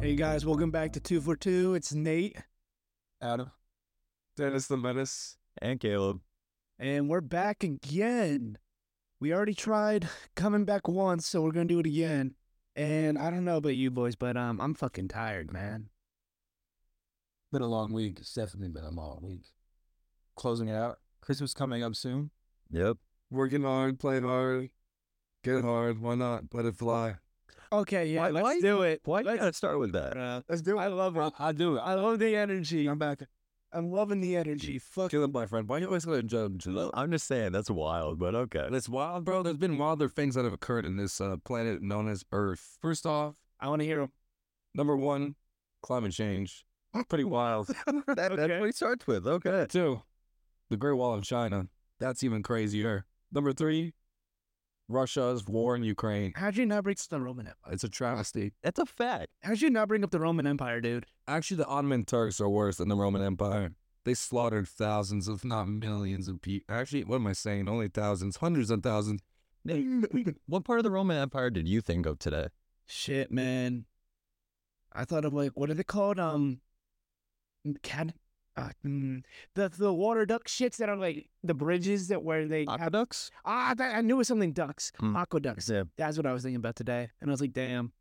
Hey guys, welcome back to Two for Two. It's Nate, Adam, Dennis the Menace, and Caleb. and we're back again. We already tried coming back once, so we're gonna do it again. And I don't know about you boys, but um, I'm fucking tired, man. Been a long week. It's definitely been a long week. Closing it out. Christmas coming up soon. Yep. working hard, playing hard, get hard. Why not let it fly? Okay, yeah, Why- let's why- do it. Why you Let's- gotta start with that? uh, Let's do I love it. I do it. I love the energy. I'm back. I'm loving the energy. Fuck. Kill him, my friend. Why you always gonna judge? I'm just saying that's wild, but okay. It's wild, bro. There's been wilder things that have occurred in this uh, planet known as Earth. First off, I want to hear 'em. number one, climate change. Pretty wild. That- That's what he starts with. oh, Okay. Two, the Great Wall of China. That's even crazier. Number three, Russia's war in Ukraine. How'd you not bring up the Roman Empire? It's a travesty. That's a fact. How'd you not bring up the Roman Empire, dude? Actually, the Ottoman Turks are worse than the Roman Empire. They slaughtered thousands, if not millions, of people. Actually, what am I saying? Only thousands, hundreds of thousands. What part of the Roman Empire did you think of today? Shit, man. I thought of like what are they called? Um, can uh, mm, the the water duck shits that are like the bridges that where they have Aqueducts? ah that, I knew it was something ducks Hmm. aqueducts. That's what I was thinking about today, and I was like, damn,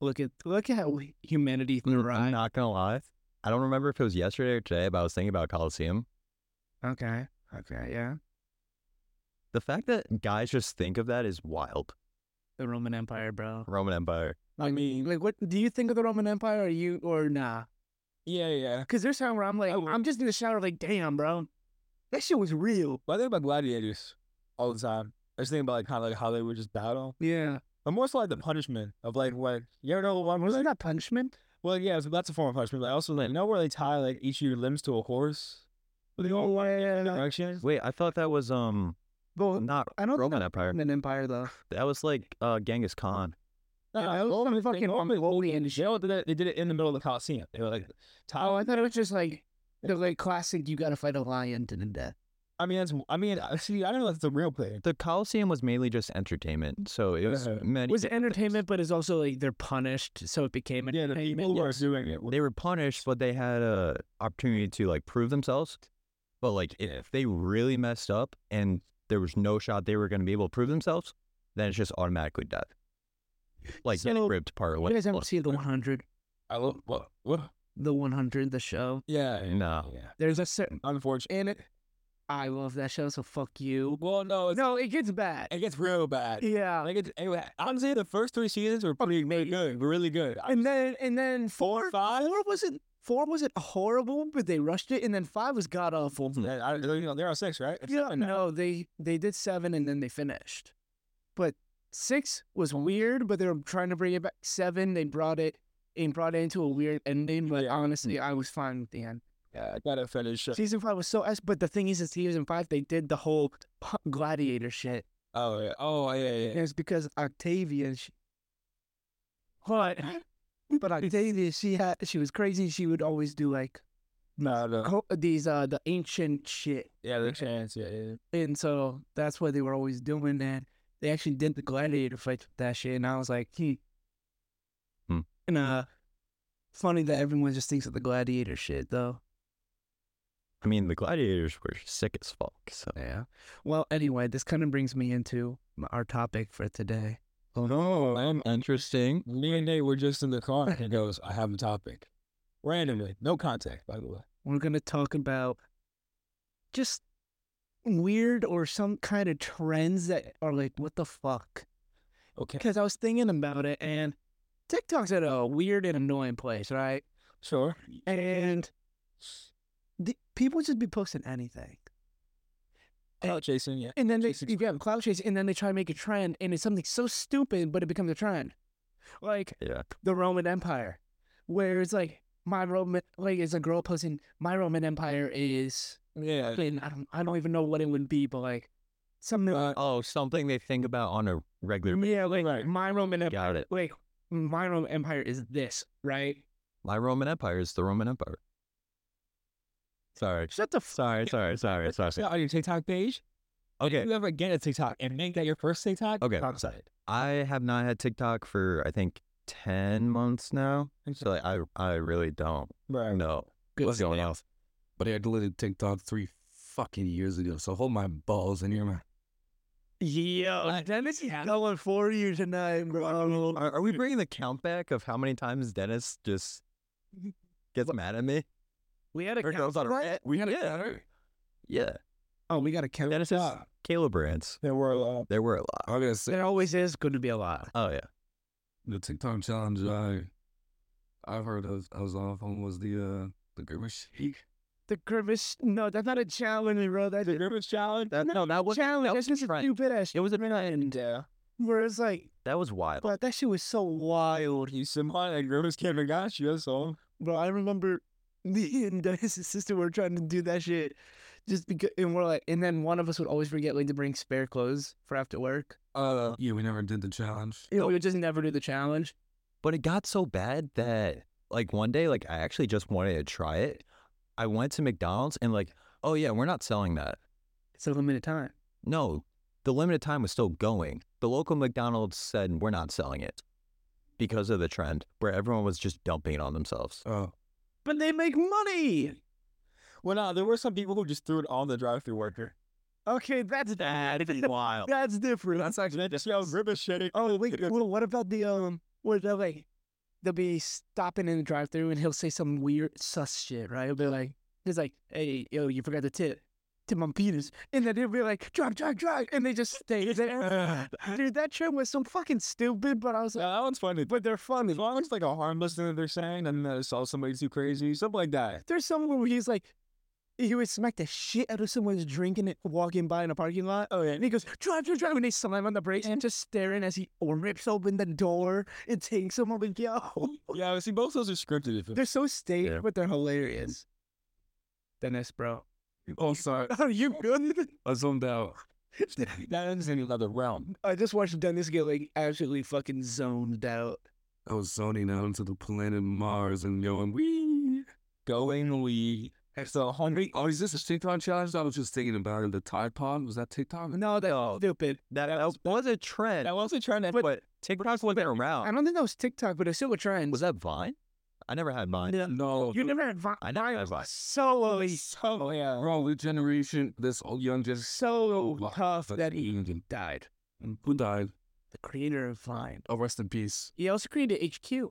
look at look at how humanity I'm right. not gonna lie. I don't remember if it was yesterday or today, but I was thinking about Colosseum. Okay, okay, yeah. The fact that guys just think of that is wild. The Roman Empire, bro. Roman Empire. I mean, Like, what do you think of the Roman Empire? Are you or nah? yeah, yeah. Because there's time where I'm like, Oh. I'm just in the shower, like, damn, bro, that shit was real. But I think about gladiators all the time. I just think about like kind of like how they would just battle. Yeah. But more so like the punishment of like when you ever know the one was Wasn't like that punishment? well yeah so that's a form of punishment. But I also like know where they tie like each of your limbs to a horse. But they all lie in directions. Wait, I thought that was um Well, not I don't Roman Empire. an empire though. That was like uh Genghis Khan. No, I was they fucking Mongolian. They did it- they did it in the middle of the Coliseum. They were like tie. Oh, I thought it was just like the like classic. You gotta fight a lion to the death. I mean that's I mean I- see I don't know if that's a real play. The Colosseum was mainly just entertainment, so it was Uh-huh. It many. was entertainment, but it's also like they're punished, so it became Yeah, the people entertainment. who are doing it. they were punished, but they had a opportunity to like prove themselves. But like if they really messed up and there was no shot they were going to be able to prove themselves, then it's just automatically death. Like getting So, ripped apart. You guys haven't seen the 100, I love what what the 100, the show. Yeah, No. yeah. There's a Mm. certain Unfortunately, in it. I love that show, so fuck you. well no, it's, No, it gets bad. it gets real bad. Yeah, Like it's, anyway, honestly, the first three seasons were pretty made good, were really good. I, and then and then four, four, five. four wasn't four wasn't horrible, but they rushed it, and then five was god awful. I, I, you know, there are six, right? Yeah, no, they they did seven and then they finished. But six was weird, but they were trying to bring it back. Seven, they brought it and brought it into a weird ending. But Yeah. Hmm. honestly, I was fine with the end. Yeah, I gotta finish. it. Season five was so s. But the thing is, in season five, they did the whole pu- gladiator shit. Oh yeah, oh yeah, yeah. And it's because Octavia. She, what? But Octavia, she had she was crazy. She would always do like No, no. co- these uh the ancient shit. Yeah, the chance. Yeah, yeah. And so that's what they were always doing. That they actually did the gladiator fights with that shit. And I was like, hmm. Hmm. And uh, funny that everyone just thinks of the gladiator shit, though. I mean, the gladiators were sick as fuck. So Yeah. Well, anyway, this kind of brings me into m- our topic for today. Oh no, I'm, interesting. me and Nate were just in the car, and he goes, "I have a topic." Randomly, no contact, by the way. We're going to talk about just weird or some kind of trends that are like, what the fuck? Okay, Because I was thinking about it and TikTok's at a weird and annoying place, right? sure. and the, people just be posting anything. Oh, Jason, yeah. And then they, Chasing- you have cloud chase, and then they try to make a trend, and it's something so stupid, but it becomes a trend. Like Yeah. the Roman Empire, where it's like my Roman, like it's a girl posting my Roman Empire is, Yeah. and I don't, I don't even know what it would be, but like something, Uh, Oh, something they think about on a regular. yeah, like right. my Roman Empire, Got it. like my Roman Empire is this, right? My Roman Empire is the Roman Empire. Sorry. Shut the f- Sorry, sorry, sorry, So sorry. on your TikTok page, Okay. if you ever get a TikTok and make that your first TikTok, Okay. I'm excited. I have not had TikTok for I think ten months now, so like I I really don't Right. know. Good What's stuff. going on? But I deleted TikTok three fucking years ago, so hold my balls in your mouth. Yo, Dennis is going for you tonight, bro. Are, are we bringing the count back of how many times Dennis just gets mad at me? We had a Or count. goes on a rant? We had a Yeah, Oh, we got a count. Dennis is Caleb rants. There were a lot. There were a lot. I'm uh, gonna say There always is going to be a lot. Oh yeah, the TikTok challenge I I've heard I was, I was off on was the uh the Gerber shake. The grimace. No, that's not a challenge, bro. That's a Grimace challenge. That, no, that was challenge. that That's just a trend. stupid ass. It was a and uh, Where it's like, that was wild. but that shit was so wild, you somebody like Grimace came and got you. That's all. bro. I remember me and Dennis's sister were trying to do that shit, just because, and we're like, and then one of us would always forget like to bring spare clothes for after work. Uh yeah, we never did the challenge. You know, we would just never do the challenge. But it got so bad that like one day, like I actually just wanted to try it. I went to McDonald's and like, oh yeah, we're not selling that. It's a limited time. No, the limited time was still going. The local McDonald's said we're not selling it because of the trend where everyone was just dumping it on themselves. Oh But they make money. Well, no, there were some people who just threw it on the drive-through worker. Okay, that's bad. Wild. That's different. That's actually that smells grimace shitty. Oh wait, well, what about the um? Where they're like, they'll be stopping in the drive-through and he'll say some weird sus shit, right? He'll be like, he's like, "Hey, yo, you forgot the tip, tip on penis," and then they'll be like, "Drive, drive, drive," and they just stay there. Uh, Dude, that trend was so fucking stupid, but I was like, that one's funny, but they're funny. As long as it's like a harmless thing that they're saying, and then I saw somebody too crazy, something like that. there's someone where he's like, he would smack the shit out of someone's drinking it walking by in a parking lot. Oh yeah, and he goes, "Drive, drive, drive," and they slam on the brakes and just staring as he rips open the door and takes him. I'm like, yo. Yeah, but see, both those are scripted. If They're so staged, Yeah. but they're hilarious. Dennis, bro. oh sorry. Are you good? I zoned out. that ends in another realm. I just watched Dennis get like absolutely fucking zoned out. I was zoning out into the planet Mars and going, we Going we so hungry. Oh, is this a TikTok challenge? I was just thinking about it. The Tide Pod was that TikTok? No, that's stupid. That, that was, a trend, I wasn't trying to, but, but but TikTok's wasn't I around. don't think that was TikTok, but it's still a trend. Was that Vine? I never had Vine. Yeah. No, You never had Vine. I never had Vine. So easy. so yeah. bro, the generation, this old young just so Wow, tough that's that he amazing. died. who died. The creator of Vine. Oh, rest in peace. He also created HQ.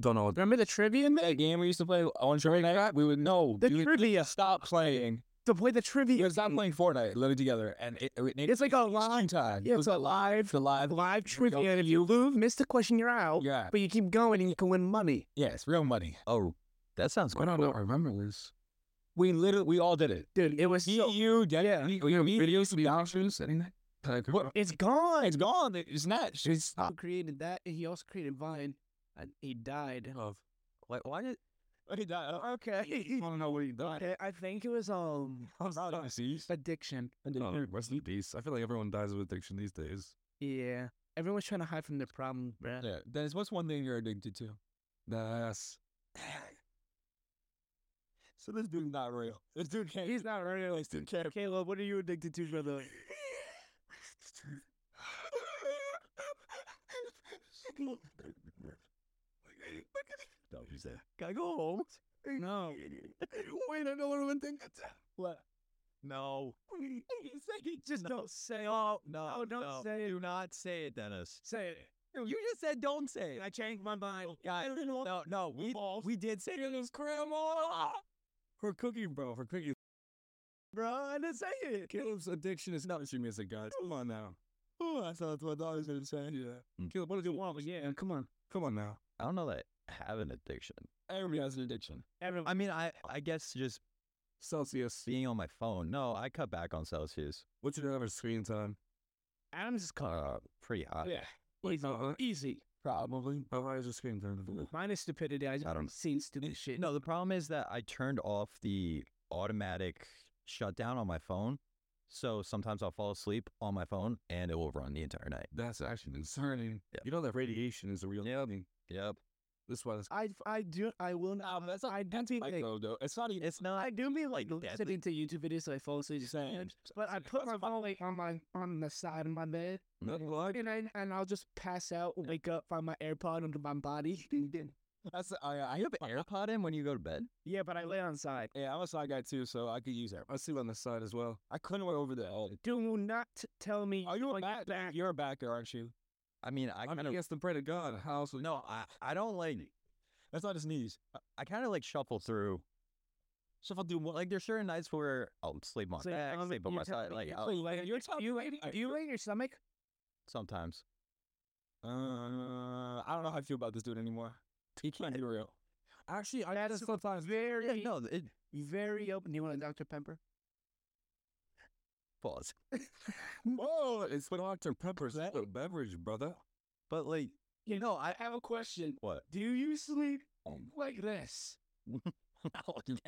Don't know. Remember the trivia? in there? That game we used to play on Trading Night, Live, we would know. The we would trivia. stop playing. To play the trivia. Because I'm playing Fortnite, living together, and it, it, it, It's like a live, line time. yeah, it's a live, Oh. the live. live trivia. And if you lose, miss the question, you're out. Yeah, But you keep going and you can win money. yes, real money. Oh, that sounds I good. don't know. I remember this. We literally, we all did it. Dude, it was Me, so you, Daddy, yeah. me, you know, me, videos to be options, anything? Like, what? It's gone. It's gone. It's not. It's He created that. and He also created Vine. And he died. Of. Why, why did Okay. I don't know what he died. I think it was um I'm not on seas. addiction. Oh, rest in peace. I feel like everyone dies of addiction these days. Yeah. Everyone's trying to hide from their problems, bro. Yeah, Dennis, what's one thing you're addicted to? That's So this dude's not real. This dude can't. He's not real. This dude can't. Caleb, what are you addicted to, brother? Don't use that. Can I go home? No. Wait, I know what I'm thinking. What? No. Just don't say oh No. Oh, don't no. say it. Do not say it, Dennis. say it. You just said don't say. I changed my mind. Guys, no, no, we we did say it was grandma. her cookie, bro. Her cookie. Bro, I didn't say it. Caleb's addiction is not what you music, guys. Come on now. Oh, I thought that's what I was gonna say. Yeah. Mm. Caleb, what did you Well, want? yeah, come on. Come on now. I don't know that I have an addiction. Everybody has an addiction. Everyone. I mean, I I guess just Celsius. being on my phone. No, I cut back on Celsius. What's your average screen time? Adam's is caught. Uh, pretty hot. yeah, Easy. uh, Easy. probably. How high is your screen time? Mine is stupidity. I just I don't- seen stupid shit. No, the problem is that I turned off the automatic shutdown on my phone. So sometimes I'll fall asleep on my phone and it will run the entire night. That's actually concerning. Yeah. You know that radiation is a real Yep. thing. Yep. This is why this I I do I will not. Um, that's not- I do be Like, like, no, no, Uh, it's not even. It's not. I do be like deadly. listening to YouTube videos. So I fall asleep. Sand. But I put my phone like on my on the side of my bed, nothing like and I and I'll just pass out, wake up, find my AirPod under my body. That's I, I you uh, have AirPod in when you go to bed. yeah, but I lay on side. yeah, I'm a side guy too, so I could use that. I sleep on the side as well. I couldn't wear over the head. Do not tell me. Are you a like back? back. You're a backer, aren't you? I mean, I I'm kind of against the bread of God. How else would no. I I don't like. That's not his knees. I kind of like shuffle through. Shuffle through. Like there's certain nights where I'll sleep on So, my back, um, sleep on you're my telling side. me Like you I'll- play like- You're Do telling you lay, do you lay in your stomach? sometimes. Uh, I don't know how I feel about this dude anymore. He can't be real. Actually, I That just is sometimes Very Yeah, no. It very open. Do you want a Dr Pepper? pause. Whoa, it's with Dr. Pepper's a beverage, brother. But like You know, I have a question. what? Do you sleep like this? Good.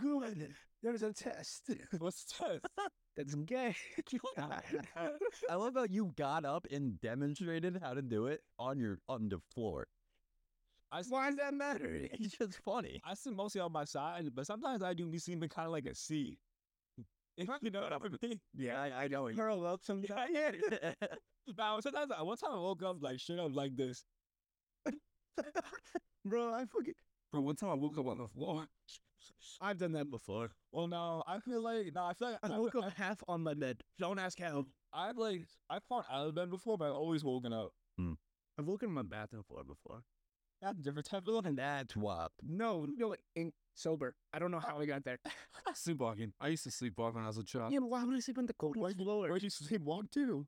Good. There's a test. What's this? That's gay. I love how you got up and demonstrated how to do it on your on the floor. Why does that matter? It's just funny. I sit mostly on my side, but sometimes I do be seeming kind of like a C. If you know what I mean. Yeah, I, I know. Curl up some Yeah, yeah. now, sometimes I, one time I woke up like shit up like this. Bro, I fucking Bro, one time I woke up on the floor. I've done that before. Well, no, I feel like no, I feel like I I, woke up half on my bed. Don't ask how. I've like I've fallen out of bed before, but I've always woken up. Hmm. I've woken on my bathroom floor before. That's a different type of And that's what. No, no, in, sober. I don't know how I got there. Sleepwalking. I used to sleepwalk when I was a child. Yeah, but why would I sleep on the cold floor? Where'd you sleepwalk to?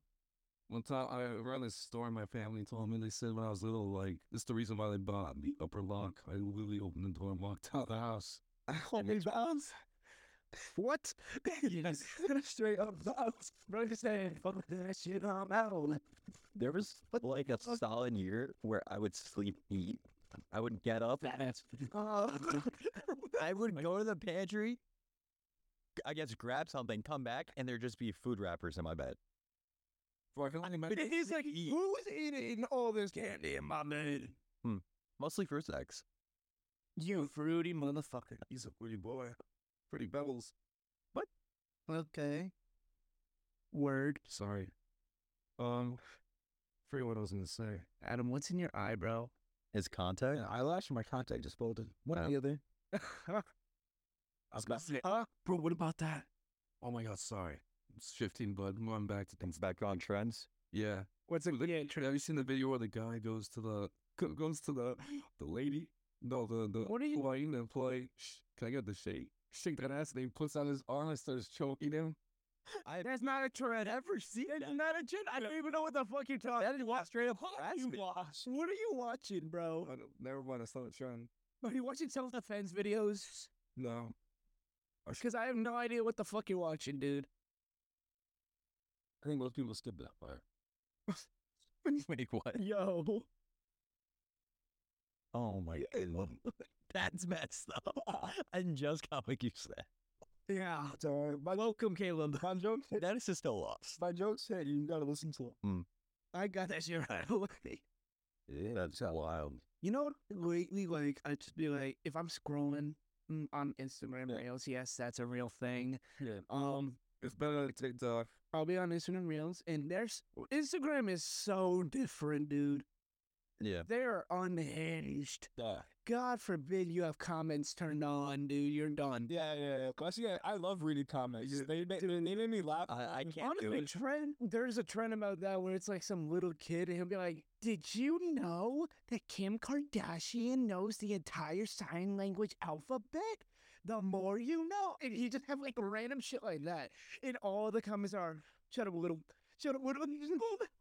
One time, I around this story my family told me. They said when I was little, like this is the reason why they bought the upper lock. I literally opened the door and walked out of the house. Oh, many pounds? What? Yes, straight up pounds. Bro, just saying, fuck that shit, I'm out. There was like a solid year where I would sleep eat. I would get up. Uh, I would go to the pantry. I guess grab something, come back, and there'd just be food wrappers in my bed. Bro, I can only but imagine. it is like, who's eating all this candy in my bed? Mostly for sex. You fruity motherfucker. He's a pretty boy. Pretty bevels. Okay. Word. Sorry. Um, forget what I was gonna say. Adam, what's in your eye, bro? His contact. I lashed my contact just folded. One Yeah. or the other. I was gonna say. Huh? Bro, what about that? Oh my god, sorry. It's fifteen, bud. I'm going back to things. It's back on trends. Yeah. What's a Look, yeah, Have you seen the video where the guy goes to the go- goes to the the lady? No, the the What are you- Hawaiian employee. Sh- can I get the shake? Shake that ass. And he puts out his arm and starts choking him. That's not a trend. Ever seen it? Not a trend. I don't even know what the fuck you're talking. That is what straight up harassment. What are you watching, bro? Oh, no, never mind. I saw it trend. Are you watching self defense videos? No. Because I have no idea what the fuck you're watching, dude. I think most people skip that part. Wait, what? Yo, Oh my god. That's messed up. I just got what you said. yeah. Sorry, my, Welcome, Caleb. my jokes. That is just a loss. My jokes hit. You gotta listen to them. I got that shit right away. Yeah, that's wild. You know, lately, like I just be like, if I'm scrolling mm, on Instagram Yeah. Reels, yes, that's a real thing. Yeah. Um, It's better than TikTok. I'll be on Instagram Reels, and there's Instagram is so different, dude. Yeah. They are unhinged. Yeah, God forbid you have comments turned on, dude. You're done. yeah, yeah. yeah. Plus, yeah, I love reading comments. They, they, they made me laugh. I, I can't do Honestly, it. trend there's a trend about that where it's like some little kid and he'll be like, "Did you know that Kim Kardashian knows the entire sign language alphabet? The more you know." And he just have like random shit like that, and all the comments are, "Shut up, little, shut up, little,"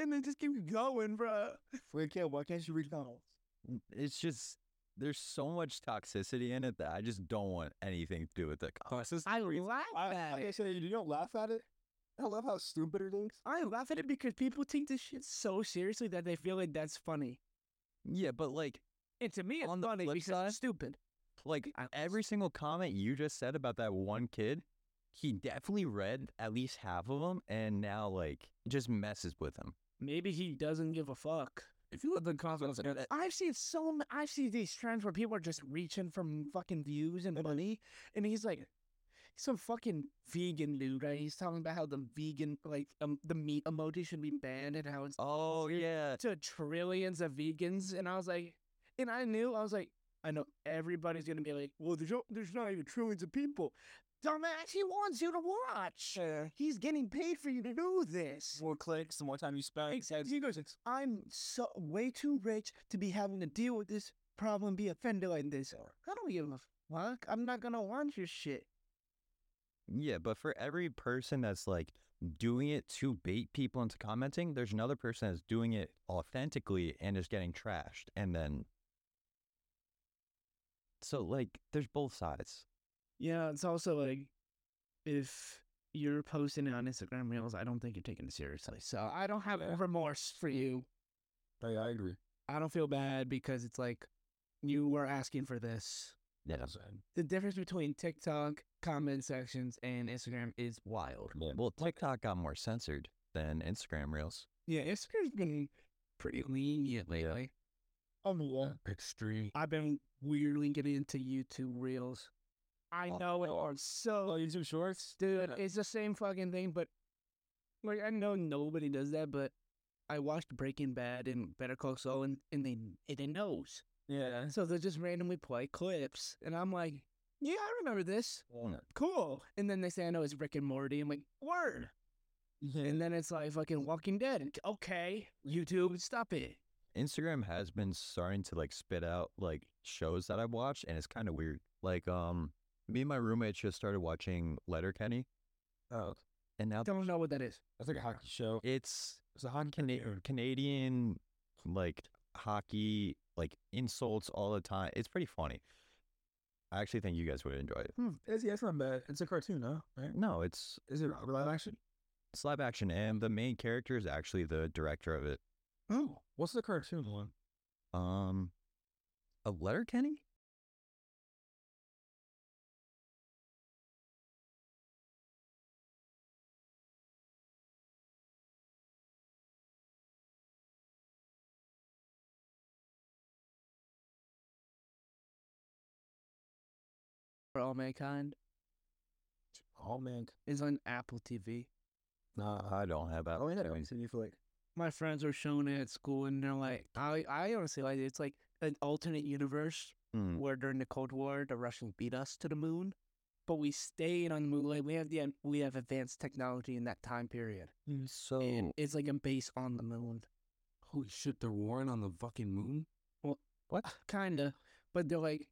and then just keep going, bro. Wait, kid, why can't you read comments? Mm, It's just there's so much toxicity in it that I just don't want anything to do with it. I laugh I, at like I it. said, you don't laugh at it. I love how stupid it is. I laugh at it because people take this shit so seriously that they feel like that's funny. Yeah, but like And to me, it's On the funny flip because side- it's stupid. like every single comment you just said about that one kid, he definitely read at least half of them, and now like it just messes with him. Maybe he doesn't give a fuck. If you let the cosmos air that, I've seen so m- I've seen these trends where people are just reaching from fucking views and money, and he's like, some fucking vegan dude, right? He's talking about how the vegan like um, the meat emoji should be banned and how it's Oh yeah, to trillions of vegans, and I was like, and I knew I was like, I know everybody's gonna be like, well, there's no, there's not even trillions of people. Dumbass, he wants you to watch. He's getting paid for you to do this. More clicks, the more time you spend. Exactly. He goes, I'm so way too rich to be having to deal with this problem, be offended like this. I don't give a fuck. I'm not gonna want your shit. yeah. But for every person that's like doing it to bait people into commenting, there's another person that's doing it authentically and is getting trashed, and then. So like, there's both sides. Yeah, it's also like if you're posting it on Instagram Reels, I don't think you're taking it seriously. So I don't have remorse for you. Hey, I agree. I don't feel bad because it's like you were asking for this. Yeah. The difference between TikTok comment sections and Instagram is wild. Well, TikTok got more censored than Instagram Reels. Yeah, Instagram's been pretty lenient lately. Oh yeah. extreme. I've been weirdly getting into YouTube Reels. I know it are so Oh, YouTube Shorts? dude. It's the same fucking thing, but like I know nobody does that, but I watched Breaking Bad and Better Call Saul, and and they and it knows. Yeah. So they just randomly play clips, and I'm like, yeah, I remember this. Cool. And then they say, I know it's Rick and Morty. I'm like, word. And then it's like fucking Walking Dead. Okay, YouTube, stop it. Instagram has been starting to like spit out like shows that I watch, and it's kind of weird. Like, um, me and my roommate just started watching Letterkenny, Oh, and now Don't know what that is. that's like a hockey show. it's It's a hockey Cana- Canadian like hockey like insults all the time. It's pretty funny. I actually think you guys would enjoy it. Hmm. It's, yeah, it's not bad. It's a cartoon, no? Right? No, it's Is it live action? it's live action, and the main character is actually the director of it. Oh, what's the cartoon one? Um, a Letterkenny. For all mankind Oh man, is on Apple TV. No, I don't have that. oh yeah, I see you for like my friends were showing it at school, and they're like, I, I honestly like it. It's like an alternate universe Mm. where during the Cold War, the Russians beat us to the moon, but we stayed on the moon. Like we have the we have advanced technology in that time period, So and it's like a base on the moon, Holy shit, they're warring on the fucking moon. what? kinda. But they're like,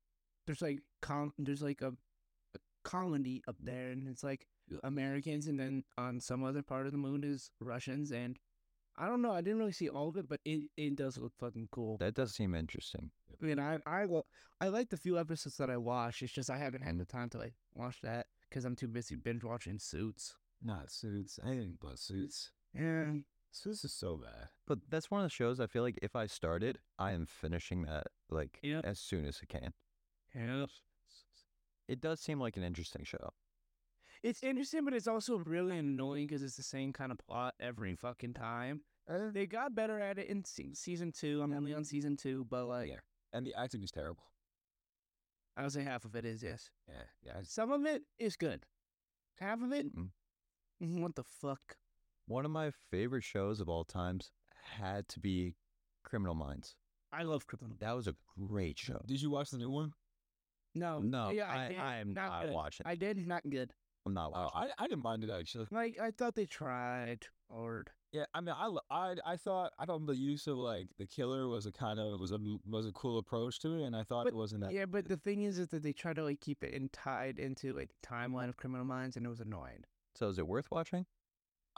there's like con, there's like a, a colony up there, and it's like Americans, and then on some other part of the moon is Russians, and I don't know. I didn't really see all of it, but it, it does look fucking cool. That does seem interesting. I mean, I I will. I like the few episodes that I watch. It's just I haven't had the time to like watch that because I'm too busy binge watching Suits. not suits, anything but suits. Yeah, Suits is so bad. But that's one of the shows I feel like if I started, I am finishing that like Yeah. as soon as I can. yeah. It does seem like an interesting show. It's interesting, but it's also really annoying because it's the same kind of plot every fucking time. They got better at it in se- season two. I'm only on season two, but like Yeah. And the acting is terrible. I would say half of it is yes. Yeah, yeah. Some of it is good. Half of it, Mm. mm, what the fuck? One of my favorite shows of all times had to be Criminal Minds. I love Criminal. That was a great show. Did you watch the new one? No, No, yeah, I, did. I, am Not not good. watching. I, I did not good. am not Oh, watching. I, I didn't mind it actually. Like I thought they tried hard. Yeah, I mean, I, I, I thought I thought the use of like the killer was a kind of was a was a cool approach to it, and I thought But- it wasn't that. Yeah, but the thing is, is that they try to like keep it in tied into like the timeline of Criminal Minds, and it was annoying. so is it worth watching?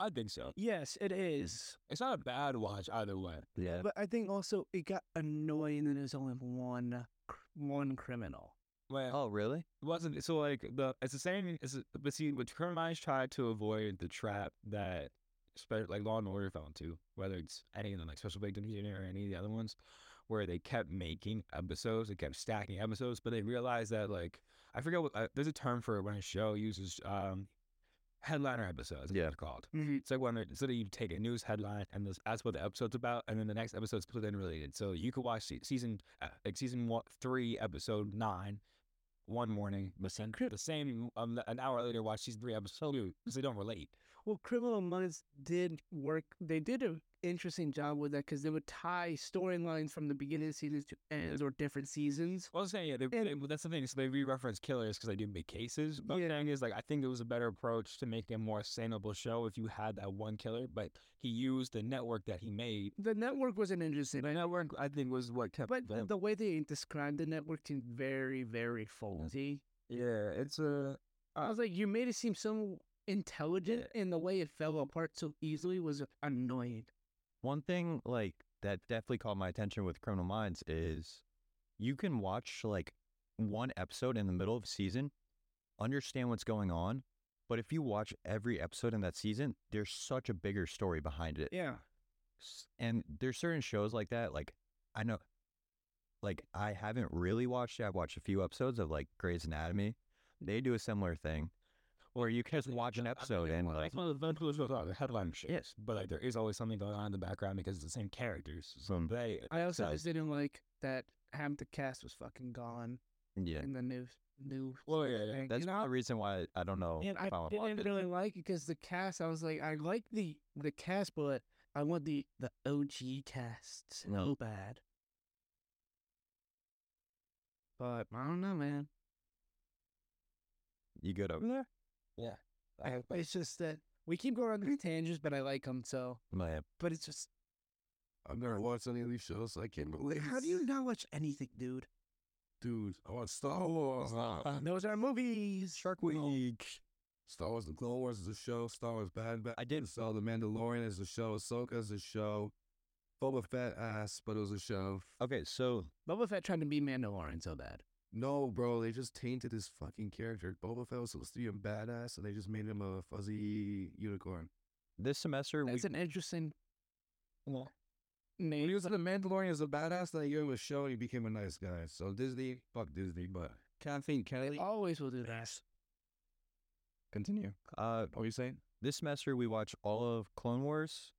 I think so. Yes, it is. It's not a bad watch either way. Yeah. But I think also it got annoying that there's only one cr- one criminal. Well, Oh, really? It wasn't so like the it's the same as but see what Kermice tried to avoid the trap that spe- like Law and Order fell into, whether it's any of them like Special Victims Unit or any of the other ones, where they kept making episodes, they kept stacking episodes, but they realized that like I forget what uh, there's a term for it when a show uses um headliner episodes. Yeah. Yeah, called. Mhm. It's like when instead of you take a news headline and this, that's what the episode's about, and then the next episode's completely unrelated. So you could watch se- season uh, like season one, three, episode nine, one morning, but then the same um, an hour later watch season three, episode two, because they don't relate. Well, Criminal Minds did work. They did an interesting job with that because they would tie storylines from the beginning of seasons to ends or different seasons. Well, I was saying yeah, they, And- they- well, that's the thing. So they re-reference killers because they do make cases. But Yeah. the thing is, like, I think it was a better approach to make a more sustainable show if you had that one killer. But he used the network that he made. The network wasn't interesting, The network, I think, was what kept. but them- the way they described the network seemed very, very faulty. yeah, it's a. I was like, you made it seem so intelligent, and the way it fell apart so easily was annoying. one thing like that definitely caught my attention with Criminal Minds is you can watch like one episode in the middle of a season, understand what's going on, but if you watch every episode in that season, there's such a bigger story behind it. Yeah. S- And there's certain shows like that. Like I know, like I haven't really watched it. I've watched a few episodes of like Grey's Anatomy. They do a similar thing, where you can just watch an episode and like That's one of the coolest shows out, the oh, headline shit. Yes, but like there is always something going on in the background because it's the same characters. So Mm. they I also So- just didn't like that half the cast was fucking gone yeah. in the new new. Well, yeah, yeah. thing. That's And I- not the reason why I don't know. And I if would watch didn't it. really like it because the cast. I was like, I like the the cast, but I want the the OG cast so No. bad. But I don't know, man. You good over there? I, It's just that we keep going on these tangents, but I like them so. Man, But it's just, I've never watched any of these shows. so I can't relate. how do you not watch anything, dude? dude? I watched Star Wars. Uh, Those are movies. Shark Week. Star Wars: The Clone Wars is a show. Star Wars: Bad Batch. I did- So The Mandalorian is a show. Ahsoka is a show. Boba Fett ass, but it was a show. Okay, so Boba Fett trying to be Mandalorian so bad. No, bro, they just tainted his fucking character. Boba Fett was supposed to be a badass, and they just made him a fuzzy unicorn. this semester we That's an interesting Well, When he name. was in The Mandalorian as a badass, then they gave him a show, and he became a nice guy. So Disney, fuck Disney, but Kathleen They Kennedy. always will do that. Continue. uh What were you saying? this semester we watched all of Clone Wars,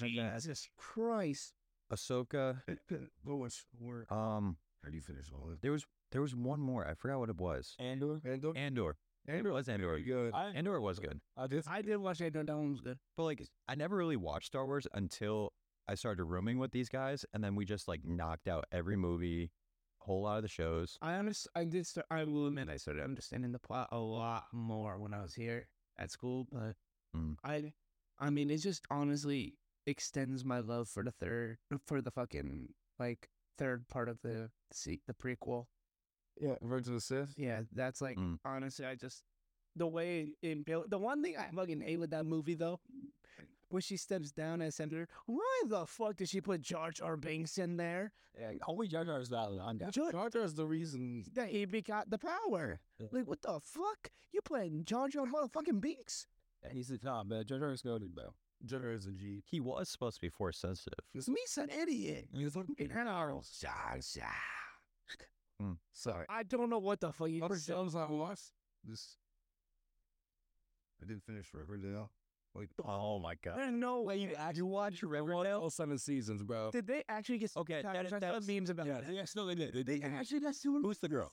Jesus Christ. Ahsoka. But what's where? Um, How do you finish all this? there was there was one more. I forgot what it was. Andor. Andor. Andor. Andor was Andor. Good. I, Andor was good, I did. I did watch Andor. That one was good. but like I never really watched Star Wars until I started rooming with these guys, and then we just like knocked out every movie, whole lot of the shows. I honest, I did start. I will admit, I started understanding the plot a lot more when I was here at school. But Mm. I, I mean, it just honestly extends my love for the third, for the fucking like third part of the se- the prequel. Yeah. Virgin of the Sith. Yeah, that's like Mm. honestly, I just the way it built. The one thing I fucking hate with that movie though, when she steps down as senator, why the fuck did she put George R. Binks in there? Yeah, only Jar Jar is valid. I'm down. George, Jar Jar is the reason. that he got the power. Yeah. Like what the fuck? You playing George R. motherfucking Binks? And he said, "Nah, but Jar Jar is goaded, bro." Jar Jar is a G. He was supposed to be force sensitive. It's me, son, idiot. And he's like, In an hour. Hmm. Sorry. I don't know what the fuck you Other said. shows I watched. This. I didn't finish Riverdale. Like Oh my god. There's no way. you actually watch Riverdale? All seven seasons, bro. Did they actually get Okay, that is- I saw that's- memes about yeah, that. yes, no, they did. They, they Actually, that's super. Who's the girl?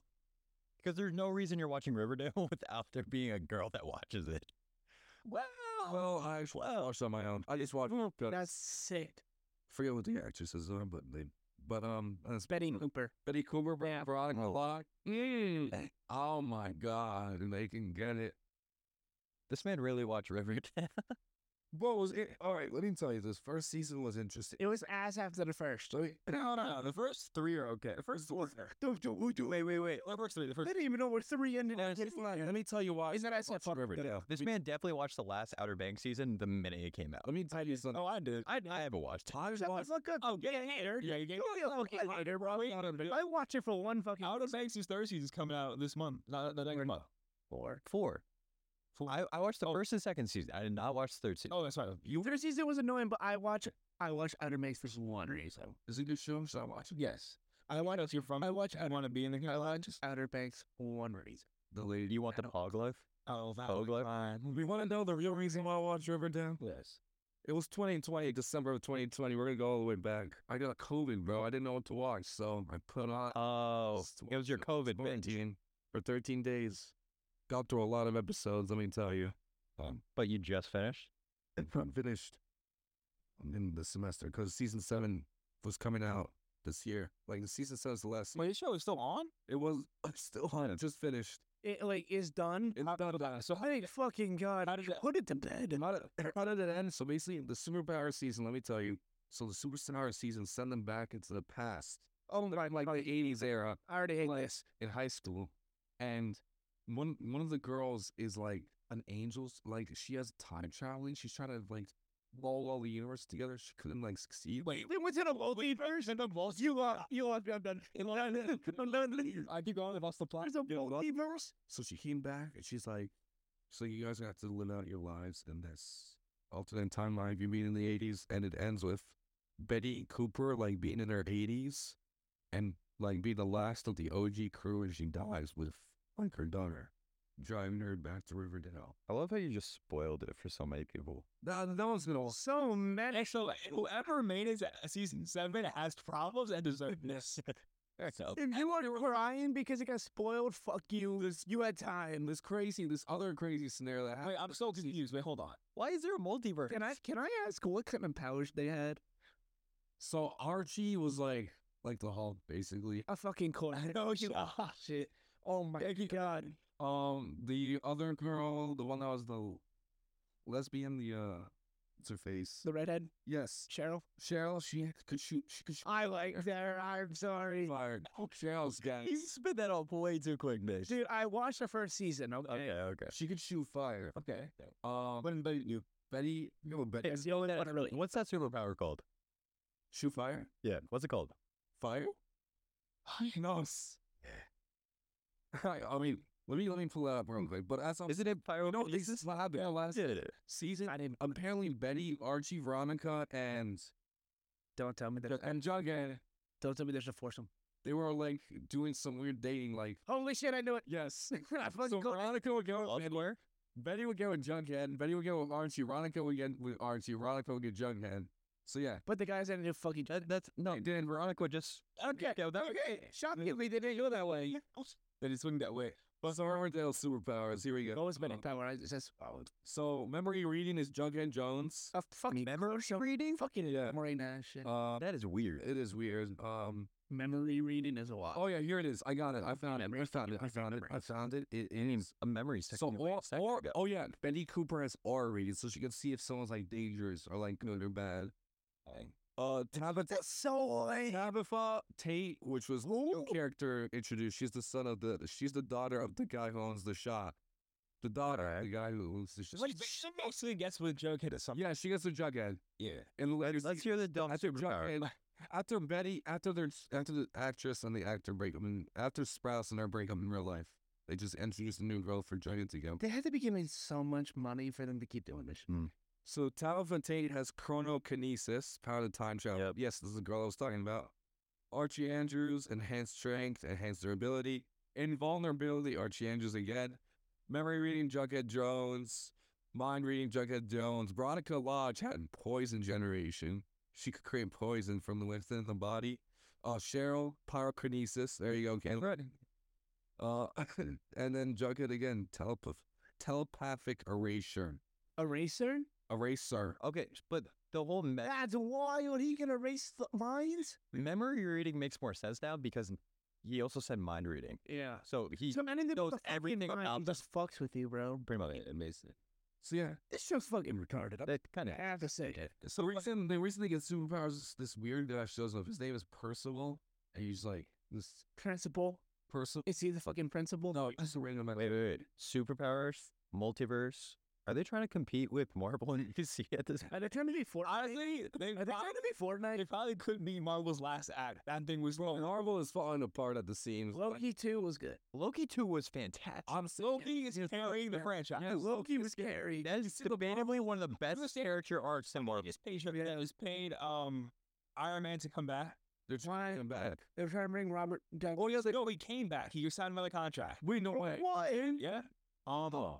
Because there's no reason you're watching Riverdale without there being a girl that watches it. Wow. Well, I actually watched on my own. I just watched. That's sick. forget what the actresses are, but they. But um, that's Betty Mm. Cooper. Betty Cooper, yeah. Veronica Locke. Mm. Oh my God, and they can get it. This man really watched Riverdale. What was it? All right, let me tell you this. First season was interesting. It was ass after the first. Let me, No, uh, no, no. The first three are okay. The first four. Don't do what do. Wait, wait, wait. The first three. The They first. didn't even know where three ended. let me tell you why. Isn't that I said Watch fuck Riverdale. this man definitely watched the last Outer Banks season the minute it came out. Let me tell you something. Oh, I did. I, I haven't watched it. I just Shut the watched. fuck up. Oh, yeah, yeah, yeah. yeah, yeah. Oh, yeah, okay, later, bro. I watched it for one fucking Out of Banks' third season's coming out this month. Not not next month. four. Four. Four. I, I watched the first and second season. I did not watch the third season. Oh, that's right. You Third season was annoying, but I watch I watched Outer Banks for one reason. Oh. Is it a good show? Should I watch it? yes. I want to hear from. I watch. I want to be in the guy. I just. Outer Banks, one reason. The lady. You want I the don't- Pog Life? Oh, that Oh, was Glenn? fine. We want to know the real reason why I watched Riverdale. Yes. It was 2020, December of 2020. We're gonna go all the way back. I got COVID, bro. I didn't know what to watch, so I put on. Oh, It's it was your COVID binge, quarantine for 13 days. Got through a lot of episodes. Let me tell you. but you just finished. I'm finished in the semester because season seven was coming out this year. Like the season seven's the last. Wait, the show is still on? It was it's still on. It just finished. It like is done. It's done, done. So how Thank fucking God. How did that- Put it to bed. How did, how did it end? So basically, the superpower season, let me tell you. So the superpower season sent them back into the past. Oh, like, like the 80s era I already hate Like- this. in high school. And one one of the girls is like an angel's, like she has time traveling. She's trying to like lull all the universe together. She couldn't like succeed. Wait, We went to the multiverse and the multiverse. You are, you are, I'm done. I keep going. I lost the plot. There's a multiverse. So she came back and she's like, So you guys have to live out your lives in this alternate timeline you meet in the 80s. And it ends with Betty Cooper like being in her 80s and like being the last of the OG crew. And she dies with like her daughter driving her back to Riverdale. I love how you just spoiled it for so many people. That, that one's been all So many. So whoever made it to season seven has problems and deserves this. so, If you are crying because it got spoiled, fuck you. You had time. this crazy, this other crazy scenario that happened. wait, I'm so confused. Wait, hold on. Why is there a multiverse? Can I can I ask what kind of powers they had? So Archie was like, like the Hulk, basically. I fucking caught. I know you- Oh shit. Oh my god. Um, the other girl, the one that was the lesbian, the uh, what's her face? The redhead yes, Cheryl. Cheryl. She could shoot. She could shoot I like her. I'm sorry, fire. Cheryl's guy. You spit that off way too quick, Nish. dude. I watched the first season. Okay. Yeah, okay. She could shoot fire. Oh, Okay. Um, What did Betty do? Betty, you know Betty, It's the only one I really. What's that superpower called? shoot fire, Yeah, what's it called? fire. I know. s- I mean, let me let me pull it up real quick. But as I'm, Isn't it pyro? no, this is lab yeah, last it. season. I didn't. Apparently, Betty, Archie, Veronica, and Don't tell me that. and Jughead, Don't tell me there's a foursome. they were like doing some weird dating, like. Holy shit! I knew it. Yes. I so fucking caught. Veronica would go and where? Betty would go with Jughead. Betty would go with Archie. Veronica would get with Archie. Veronica would get Jughead. So yeah. But the guys ended up fucking. That, that's no. Hey, Dan, Veronica just Okay. Yeah, that- okay. Shockingly, they didn't go that way. They just swing that way. Buzz Riverdale superpowers. Here we go. Always been a power. I just oh, So memory reading is Jughead Jones. a fucking memory reading. Fucking Yeah. memory nah, shit. Uh, that is weird. it is weird. Um. Oh, memory reading is a lot. Oh yeah, here it is. I got it. I found it. I found it. I found it. I found it. It, it is. A memory So technically. or, Second or ago. oh yeah, Betty Cooper has R rating, so she can see if someone's like dangerous or like good or bad. Uh, Tabitha so Tabitha Tate, which was the new character introduced. She's the son of the. She's the daughter of the guy who owns the shop. The daughter, the guy who owns the shop. Like, they should mostly guess with Jughead or something. yeah, she gets a jughead. Yeah. And later, Let's hear the dumb after superpower. jughead, after Betty, after their after the actress and the actor break up, and after Sprouse and her breakup in real life, they just introduced a new girl for Jughead to go. They had to be giving so much money for them to keep doing this. So Tabitha Tate has chronokinesis, power to time travel. Yep. Yes, this is the girl I was talking about. Archie Andrews, enhanced strength, enhanced durability, invulnerability, Archie Andrews again. Memory reading, Jughead Jones. Mind reading, Jughead Jones. Veronica Lodge had poison generation. She could create poison from the within the body. Uh, Cheryl, pyrokinesis. There you go, Ken. Uh, and then Jughead again, telepath- telepathic erasure. Eraser? Eraser. Okay, but the whole me- That's wild. He can erase the minds? memory reading makes more sense now because he also said mind reading. Yeah. So he So anything knows with the fucking everything mind about just fucks with you, bro. pretty much amazing. So yeah, This show's fucking retarded. That kind I of have to say. So the reason they recently get superpowers is this weird guy shows up. His name is Percival, and he's like this Principal. Percival. Is he the fucking principal? No, that's a random man. wait, wait, wait. Superpowers, multiverse. Are they trying to compete with Marvel and DC at this? Are they trying to be Fortnite? Honestly, they, Are they trying to be Fortnite? it probably could be Marvel's last act. That thing was wrong. Marvel is falling apart at the seams. Loki 2 was good. Loki two was fantastic. I'm so Loki is carrying the franchise. Yeah, Loki was scary. that is debatably one of the best character arcs in Marvel. It's paid. It was paid. Um, Iron Man to come back. they're trying to come back. They were trying to bring Robert down. Oh yeah, like, no, he came back. He signed another contract. Wait, no way. What? Yeah. Um,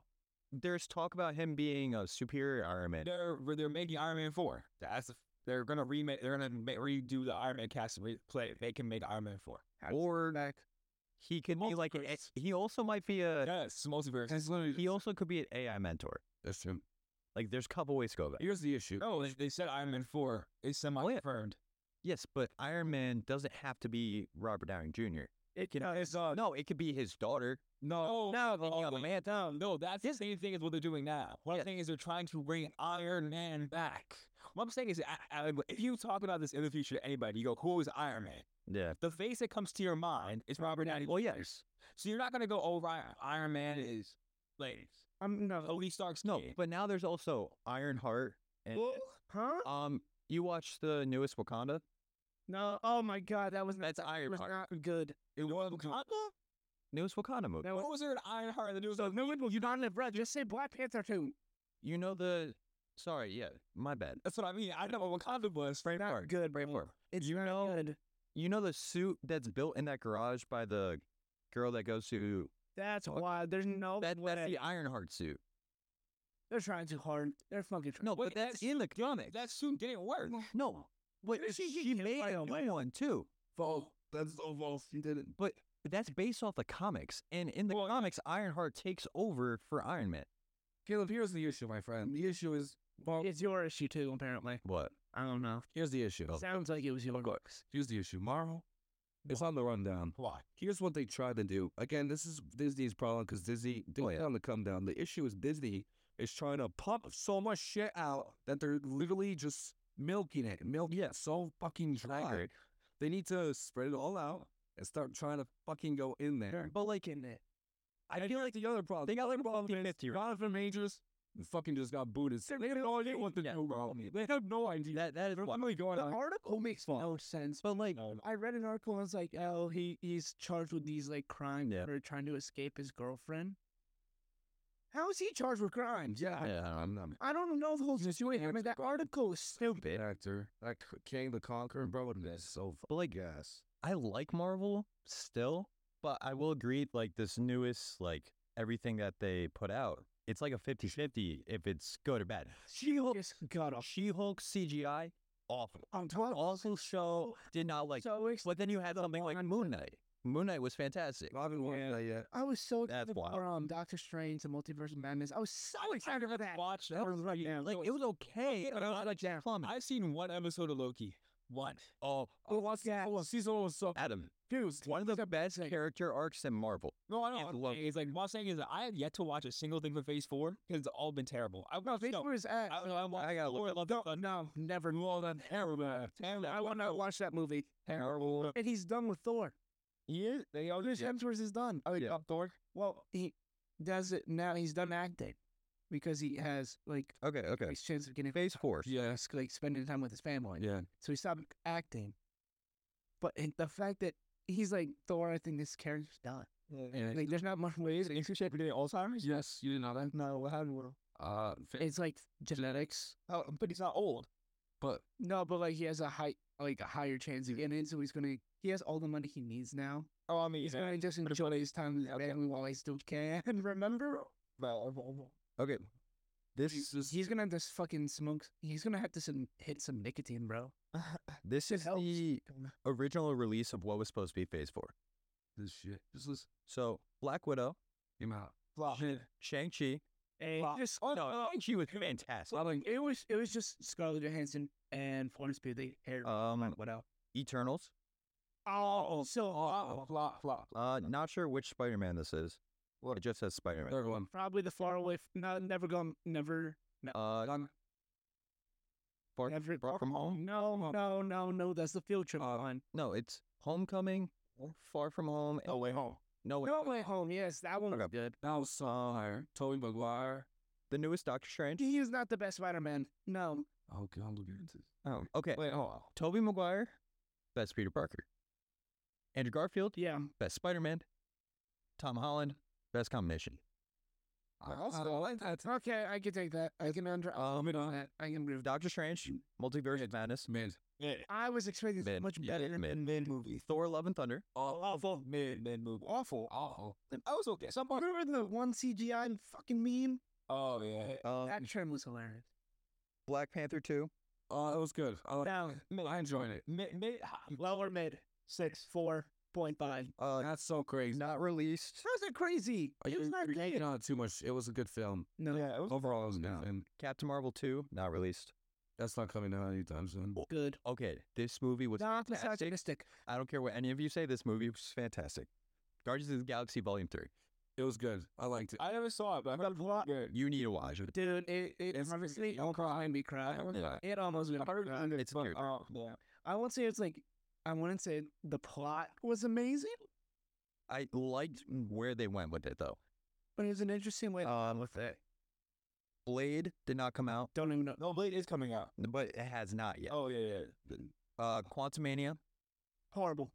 there's talk about him being a superior Iron Man. They're they're making Iron Man four. That's the, they're gonna remake. They're gonna ma- redo the Iron Man cast. and Play. They can make Iron Man four. Or he could be like an, Multiverse. he also might be a Yes, multiverse. That's literally he also could be an AI mentor. that's true. Like there's a couple ways to go about. it. Here's the issue. No, Oh, they, they said Iron Man four is semi Oh, confirmed. Yes, but Iron Man doesn't have to be Robert Downey Jr. It, Can- uh, It's uh, No, it could be his daughter. no, No, the oh, young wait. man. no, no. That's the same thing as what they're doing now. What I'm saying is they're trying to bring Iron Man back. What I'm saying is, I, I, if you talk about this in the future to anybody, you go, "Who is Iron Man?" Yeah. The face that comes to your mind is Robert Downey. Well, yes. So you're not gonna go, "Oh, Ri- Iron Man is like I'm no. Tony Stark's No, kid." but now there's also Ironheart. And, Huh? um, you watch the newest Wakanda? No. Oh my god, that was That's that was Ironheart. not good. It was Uh-huh. Wakanda? Newest Wakanda movie. That was What was there an Ironheart in the news? so no one will you not live, bro. Just say Black Panther too. You know the. Sorry, yeah, my bad. That's what I mean. I know what Wakanda was. Frank Not Mark. good, bro. It's You not know- good. You know the suit that's built in that garage by the girl that goes to. That's why there's no That, that's way. the Ironheart suit. They're trying too hard. They're fucking trying. No, Wait, but that's that's- in the comic. That suit didn't work. No, but Didn't she, she get she killed made by a a new one too. False. That's so false. He didn't. But but that's based off the comics, and in the Well, comics, Ironheart takes over for Iron Man. Caleb, here's the issue, my friend. The issue is well. It's your issue too, apparently. What? I don't know. Here's the issue. Oh. Sounds like it was your books. Here's the issue, Marvel. It's on the rundown. Why? Here's what they tried to do. Again, this is Disney's problem because Disney Disney yeah. on the come down. The issue is Disney is trying to pump so much shit out that they're literally just milking it, milking it so fucking dry. They need to spread it all out and start trying to fucking go in there. But like in it, I feel like the other problem. They got like problem is Jonathan Majors fucking just got booted. They don't know what to Yeah. do, bro. They have no idea. that that is They're why- literally going The on. article makes no sense. But like, No, no. I read an article and it's like, oh, he he's charged with these like crimes Yeah. for trying to escape his girlfriend. How is he charged with crimes? Yeah, I- Yeah, I'm not. I don't know the whole situation. I mean, that article is stupid. Bit actor, like King the Conqueror, bro. That's so but like, gas. I like Marvel still, but I will agree. Like this newest, like everything that they put out, it's like a 50-50 if it's good or bad. She Hulk, Just got off. She Hulk CGI, awful. I'm talking Um, Also, show did not like. Oh, so ex- But then you had something like Moon Knight. Moon Knight was fantastic. I haven't watched that yet. I was so That's excited wild. for um, Doctor Strange and Multiverse of Madness. I was so excited for that. Watch that. Or right now. Like it was okay. but not like Yeah. plummet. I've seen one episode of Loki. One. Oh, Oh, yeah. Well, season one was so Adam, confused. one of the best character arcs in Marvel. No, I It's don't. Loki. It's like what I'm saying is that I have yet to watch a single thing from Phase Four because it's all been terrible. I No, watched, Phase no, Four is at. I, I, watched, gotta Thor, Love and Thunder. no, never. Well, then terrible. I want to watch that movie. Terrible. And he's done with Thor. Yeah, they all Chris just. Hemsworth is done. uh, Oh, Yeah. yeah. Thor. Well, he does it now. He's done acting because he has like Okay, a okay. chance of getting Phase four. yes, like spending time with his family. Yeah. So he stopped acting. But it- the fact that he's like Thor, I think this character's done. And Like, there's not much ways. Is it getting Alzheimer's? yes, you didn't know that. No, what happened with him? Uh, fa- It's like genetics. Oh, but he's not old. but No, but like he has a high, like a higher chance of getting it. So he's gonna. He has all the money he needs now. Oh, I mean, He's gonna just enjoy his time with his family while he still can. Remember, Well, Okay. This Jesus, he's gonna have this fucking smoke. He's gonna have to some, hit some nicotine, bro. this is helps. the original release of what was supposed to be Phase four. this shit. Just listen. So Black Widow, Him out. Oh, Flop. Shang Chi. And Fuck. just Oh no, Shang Chi was fantastic. it was it was just Scarlett Johansson and Florence Pugh. They hair Uh, Um, what else? Eternals. Oh, so Flop. Flop. Flop. Uh, not sure which Spider Man this is. Well, it just says Spider Man. Third one. probably the far away. F- no, never gone. Never. No. Uh, Done. Far- never. Far from Home. No, no, no, no. That's the field trip Uh, one. No, it's Homecoming, Far From Home. and- No way home. no, wait, No way home. Yes, that one. Okay. was Good. Now Sire, Toby Maguire. the newest Doctor Strange. He is not the best Spider-Man. No. Oh God, I'm looking into this. Oh, okay. Wait, hold on. Toby Maguire, best Peter Parker. Andrew Garfield, Yeah. best Spider Man. Tom Holland, best combination. I also like that. Uh, Okay, I can take that. I can under. Uh, I'm in on I I can move. Doctor Strange, Multiverse of Madness, Man, Mid. I was expecting so Mid. much Yeah, better mid. than mid movie. Thor: Love and Thunder. Awful. Mid. Mid move. Awful. awful. I was okay. Some Remember the one CGI fucking meme Oh yeah. Um, That trim was hilarious. Black Panther two. Uh, it was good. I, like- Down, I enjoyed it. Mid, mid, lower mid, six, four point five. Uh, That's so crazy. not released. That wasn't crazy. It was not You great. know, too much. It was a good film. No, yeah, it was Overall, it was a good No. film. Captain Marvel two. Mm-hmm. Not released. That's not coming out anytime soon. good. Okay, this movie was. Not fantastic. misogynistic. I don't care what any of you say. This movie was fantastic. Guardians of the Galaxy Volume Three. It was good. I liked it. I never saw it, but I heard it was not good. You need to watch it. Dude, it, it, It's- honestly almost made me cry. Yeah. It almost made me cry. It's weird. Oh, yeah. I won't say it's like, I wouldn't say the plot was amazing, I liked where they went with it though. but it was an interesting way. Um, with it. Blade did not come out, Don't even know. No, Blade is coming out. but it has not yet. Oh yeah, yeah. Uh, Quantumania. Horrible.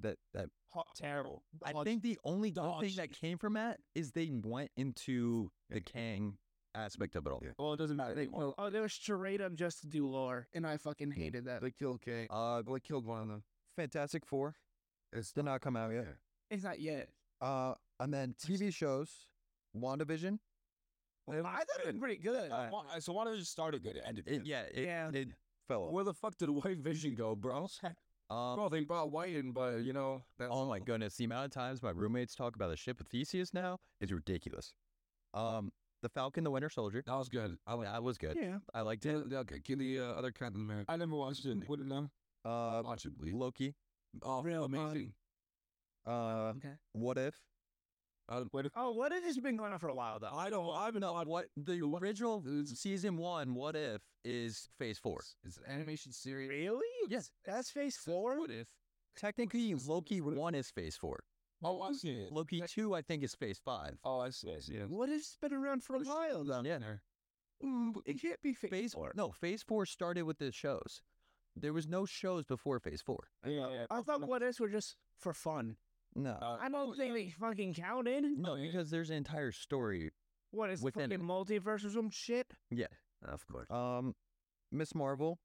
That that Hot, terrible. I think the only good dog thing shit. that came from that is they went into the Kang aspect of it all. Well, it doesn't matter. They- Well, oh, they were straight up just to do lore, and I fucking hated that. They killed Kate. Uh, They killed one of them. Fantastic Four. It's did not come out yet. It's not yet. Uh, and then TV shows, WandaVision. I thought it was pretty good. I want- I- so why don't you just start it good? and End it. It, yeah, it, Yeah. it fell. Where the fuck did White Vision go, bro? off. Um, Bro, they brought White in, but you know, that's oh my goodness, the amount of times my roommates talk about the ship of Theseus now is ridiculous. Um, the Falcon, the Winter Soldier. that was good. I, that was good. yeah. I liked it. Yeah, yeah, okay, give the uh, other Captain America. I never watched it. Wouldn't know. Uh, Watch it, please. Loki. Oh, Real amazing. Uh, Okay. what if? um, Oh, what if it's been going on for a while though? I don't. I've been on what The original season one, What If, is phase four. It's an animation series. Really? Yes. That's phase four. What if? Technically, Loki 1 is phase 4. I watched it. Loki 2, I think, is phase 5. Oh, I see. I see. What if it's been around for a while though? Yeah. Mm, It can't be phase, Phase four. No, phase 4 started with the shows. There was no shows before phase 4. Yeah, yeah. I thought what ifs were just for fun. No. Uh, I don't think they fucking counted. no, because there's an entire story. What is Within fucking it. multiverse or some shit? Yeah. uh, Of course. Um, Miss Marvel.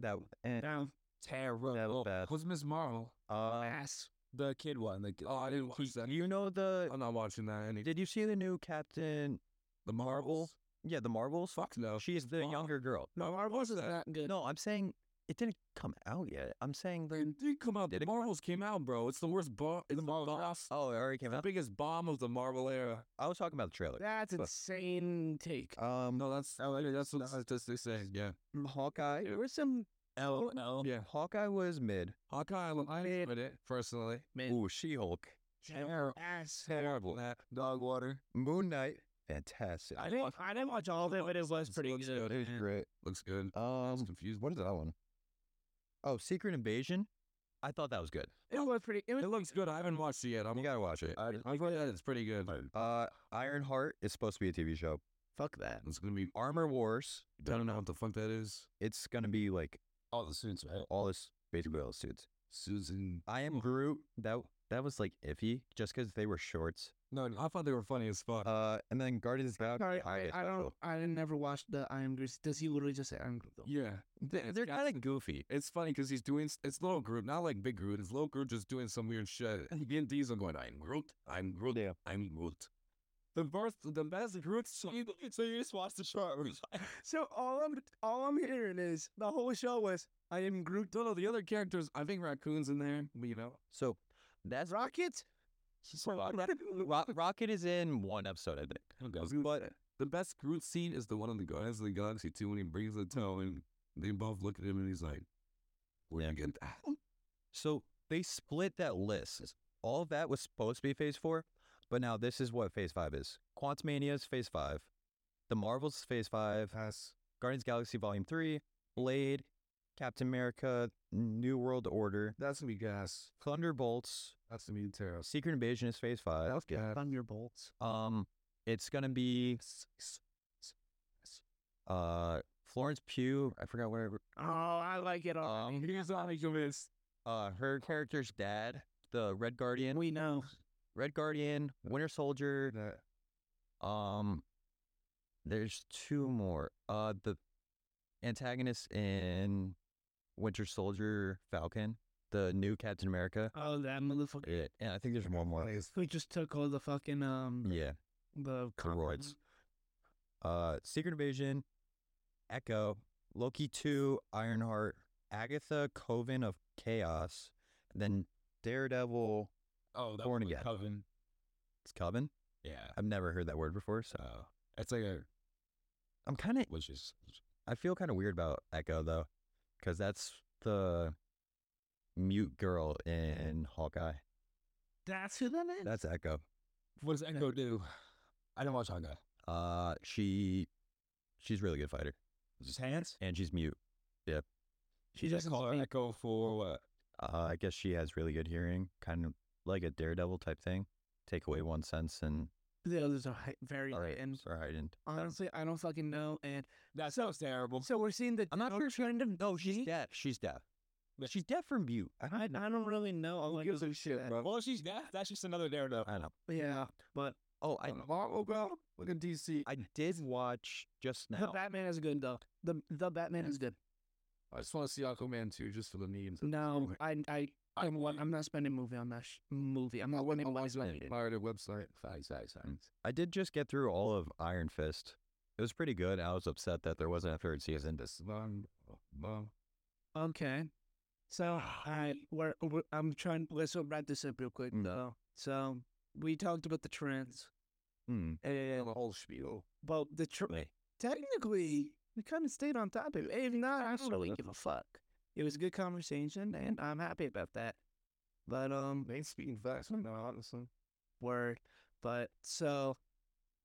That and Down Terrible. bad. Who's Miss Marvel? uh, ass. the kid one. The kid. Oh, I didn't watch that. you know the I'm not watching that. Any did you see the new Captain? the Marvel? Yeah, the Marvels. Fuck no. She's the Oh, Mar- younger girl. No, I wasn't that good. No, I'm saying it didn't come out yet. I'm saying They the did come out. Did the it? Marvels came out, bro. It's the worst bomb. It's the bomb. oh, it already came The out. biggest bomb of the Marvel era. I was talking about the trailer. That's insane take. Um, No, that's Oh, it is. that's what statistics say. Yeah, Hawkeye. There were some L L. yeah. Hawkeye was mid. Hawkeye, I I enjoyed it personally. man Ooh, She Hulk. Terrible. ass. Terrible. Nah, Dog water. Moon Knight. Fantastic. I didn't. I didn't watch all of it, but it was pretty looks good. good. Great. Looks good. I was Um, confused. what is that one? Oh, Secret Invasion. I thought that was good. It was pretty. It was It looks good. I haven't watched it yet. I'm, You gotta watch it. I, I heard that it's pretty good. Uh, Ironheart is supposed to be a TV show. fuck that. It's gonna be. Armor Wars. I don't know what the fuck that is. It's gonna be like All the suits, right? all this basically all suits. Susan. I am Groot. That that was like iffy, just because they were shorts. No, I thought they were funny as fuck. Uh, and then Guardians of the Sorry, Galaxy. I, I don't. I didn't never watch the I Am Groot. Does he literally just say I Am Groot? Though? yeah, They're, they're kind of goofy. It's funny because he's doing s- it's little Groot, not like big Groot. It's little Groot just doing some weird shit. And he and Diesel going, "I'm Groot, I'm Groot, Yeah. I'm Groot." The birth, the best Groot. So you so you just watch the short. where he's like- So all I'm all I'm hearing is the whole show was I Am Groot. No, no, the other characters. I think raccoons in there. but, You know, So that's Rocket. Ro- Rocket is in one episode, I think. but the best Groot scene is the one in the Guardians of the Galaxy two when he brings the toe and they both look at him and he's like, "We're gonna get that." So they split that list. All of that was supposed to be phase four, but now this is what phase five is. Quantumania is phase five. The Marvels is phase five. Guardians of the Galaxy Volume 3, Blade, Captain America, New World Order, That's gonna be gas. Thunderbolts, That's gonna be terrible. Secret Invasion is phase five. gas. Thunderbolts. Um, it's gonna be uh Florence Pugh. I forgot where Oh, I like it all. um Here's what I'm convinced. uh her character's dad, the Red Guardian. we know. Red Guardian, Winter Soldier. That Um, there's two more. Uh, the antagonist in Winter Soldier, Falcon, the new Captain America. Oh, that motherfucker. Yeah, and I think there's one more. Who just took all the fucking um Yeah, the the roids. uh, Secret Invasion, Echo, Loki 2, Ironheart, Agatha, Coven of Chaos, and then Daredevil. Oh, that Born one with Again. Coven. It's Coven? Yeah. I've never heard that word before, so So it's like a I'm kind of which is I feel kind of weird about Echo though, because that's the mute girl in Hawkeye. That's who that is. That's Echo. what does Echo do? I don't watch Hawkeye. Uh, she, she's a really good fighter, Just hands. and she's mute. she Just doesn't call her speak. Echo for what? Uh, I guess she has really good hearing, kind of like a daredevil type thing. Take away one sense and The others are hi- very all high right, end. all right, and Honestly, I don't fucking know. And That sounds terrible. so we're seeing the. I'm not sure alternative. No, deaf. Oh, She's deaf. Yeah. She's deaf from mute. I I, I know. don't really know. I'm like, gives a shit, bro? Well, she's that. That's just another Daredevil. I know. yeah, but Oh, I Marvel, bro. Look at DC. I did watch just the now. Batman is good though. The the Batman is good. I just want to see Aquaman 2 just for the memes. No, I I I'm, wa- I'm not spending movie on that sh- movie. I'm not winning a wise man. Pirated website. Facts, facts, facts. I did just get through all of Iron Fist. It was pretty good. I was upset that there wasn't a third season. This one, mom. Okay, so I we're, we're I'm trying. Let's wrap this up real quick Mm. though. So we talked about the trends, Hmm. And the whole spiel. but the tr- technically we kind of stayed on topic. If not, I don't really give a fuck. It was a good conversation, and I'm happy about that. But um, They ain't speaking facts right now, honestly. word. But so,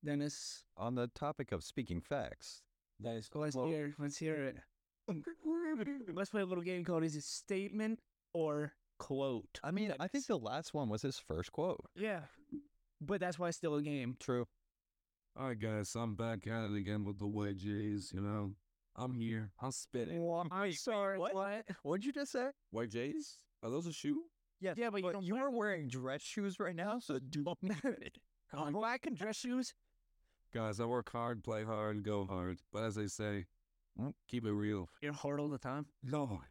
Dennis, On the topic of speaking facts, That is let's hear let's hear it. Let's play a little game called Is it Statement or Quote? I mean, I think the last one was his first quote. Yeah. But that's why it's still a game. True. All right, guys, I'm back at it again with the wedges. You know, I'm here. I'm spitting. I'm sorry. what? What? What'd you just say? Wedges? Are those a shoe? Yes, Yeah, but you but don't you, are wearing dress shoes right now, so don't matter. it. Well, I can dress shoes. Guys, I work hard, play hard, go hard. But as they say, mm, keep it real. You're hard all the time. No.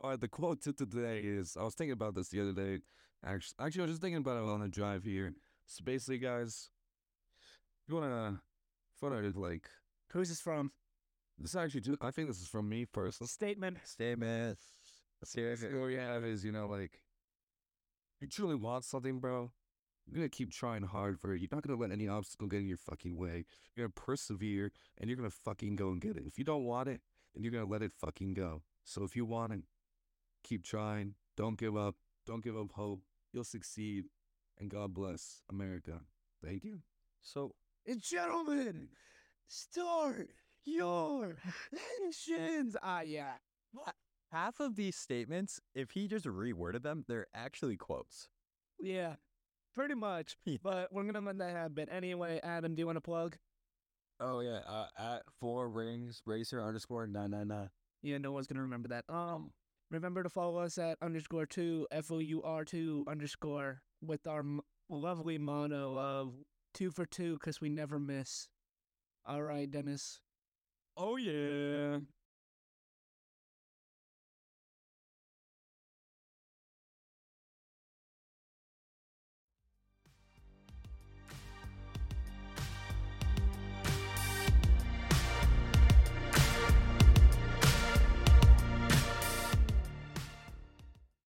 All right, the quote to today is I was thinking about this the other day. Actually, actually I was just thinking about it on the drive here. So basically, guys, you want to, for like, Who's this from? this actually, do, I think this is from me personally. Statement. Statements. Seriously, what we have oh, is, you know, like, you truly want something, bro. You're gonna keep trying hard for it. You're not gonna let any obstacle get in your fucking way. You're gonna persevere and you're gonna fucking go and get it. If you don't want it, then you're gonna let it fucking go. So if you want it, keep trying. Don't give up. Don't give up hope. You'll succeed. And God bless America. Thank you. So And gentlemen, start your engines. Ah, yeah. half of these statements, if he just reworded them, they're actually quotes. Yeah. Pretty much. Yeah. But we're going to let that happen. Anyway, Adam, do you want to plug? Oh yeah, uh, at four rings racer underscore nine nine nine. Yeah, no one's gonna remember that. Um, remember to follow us at underscore two f o u r two underscore with our m- lovely mono of two for two because we never miss. All right, Dennis. Oh yeah.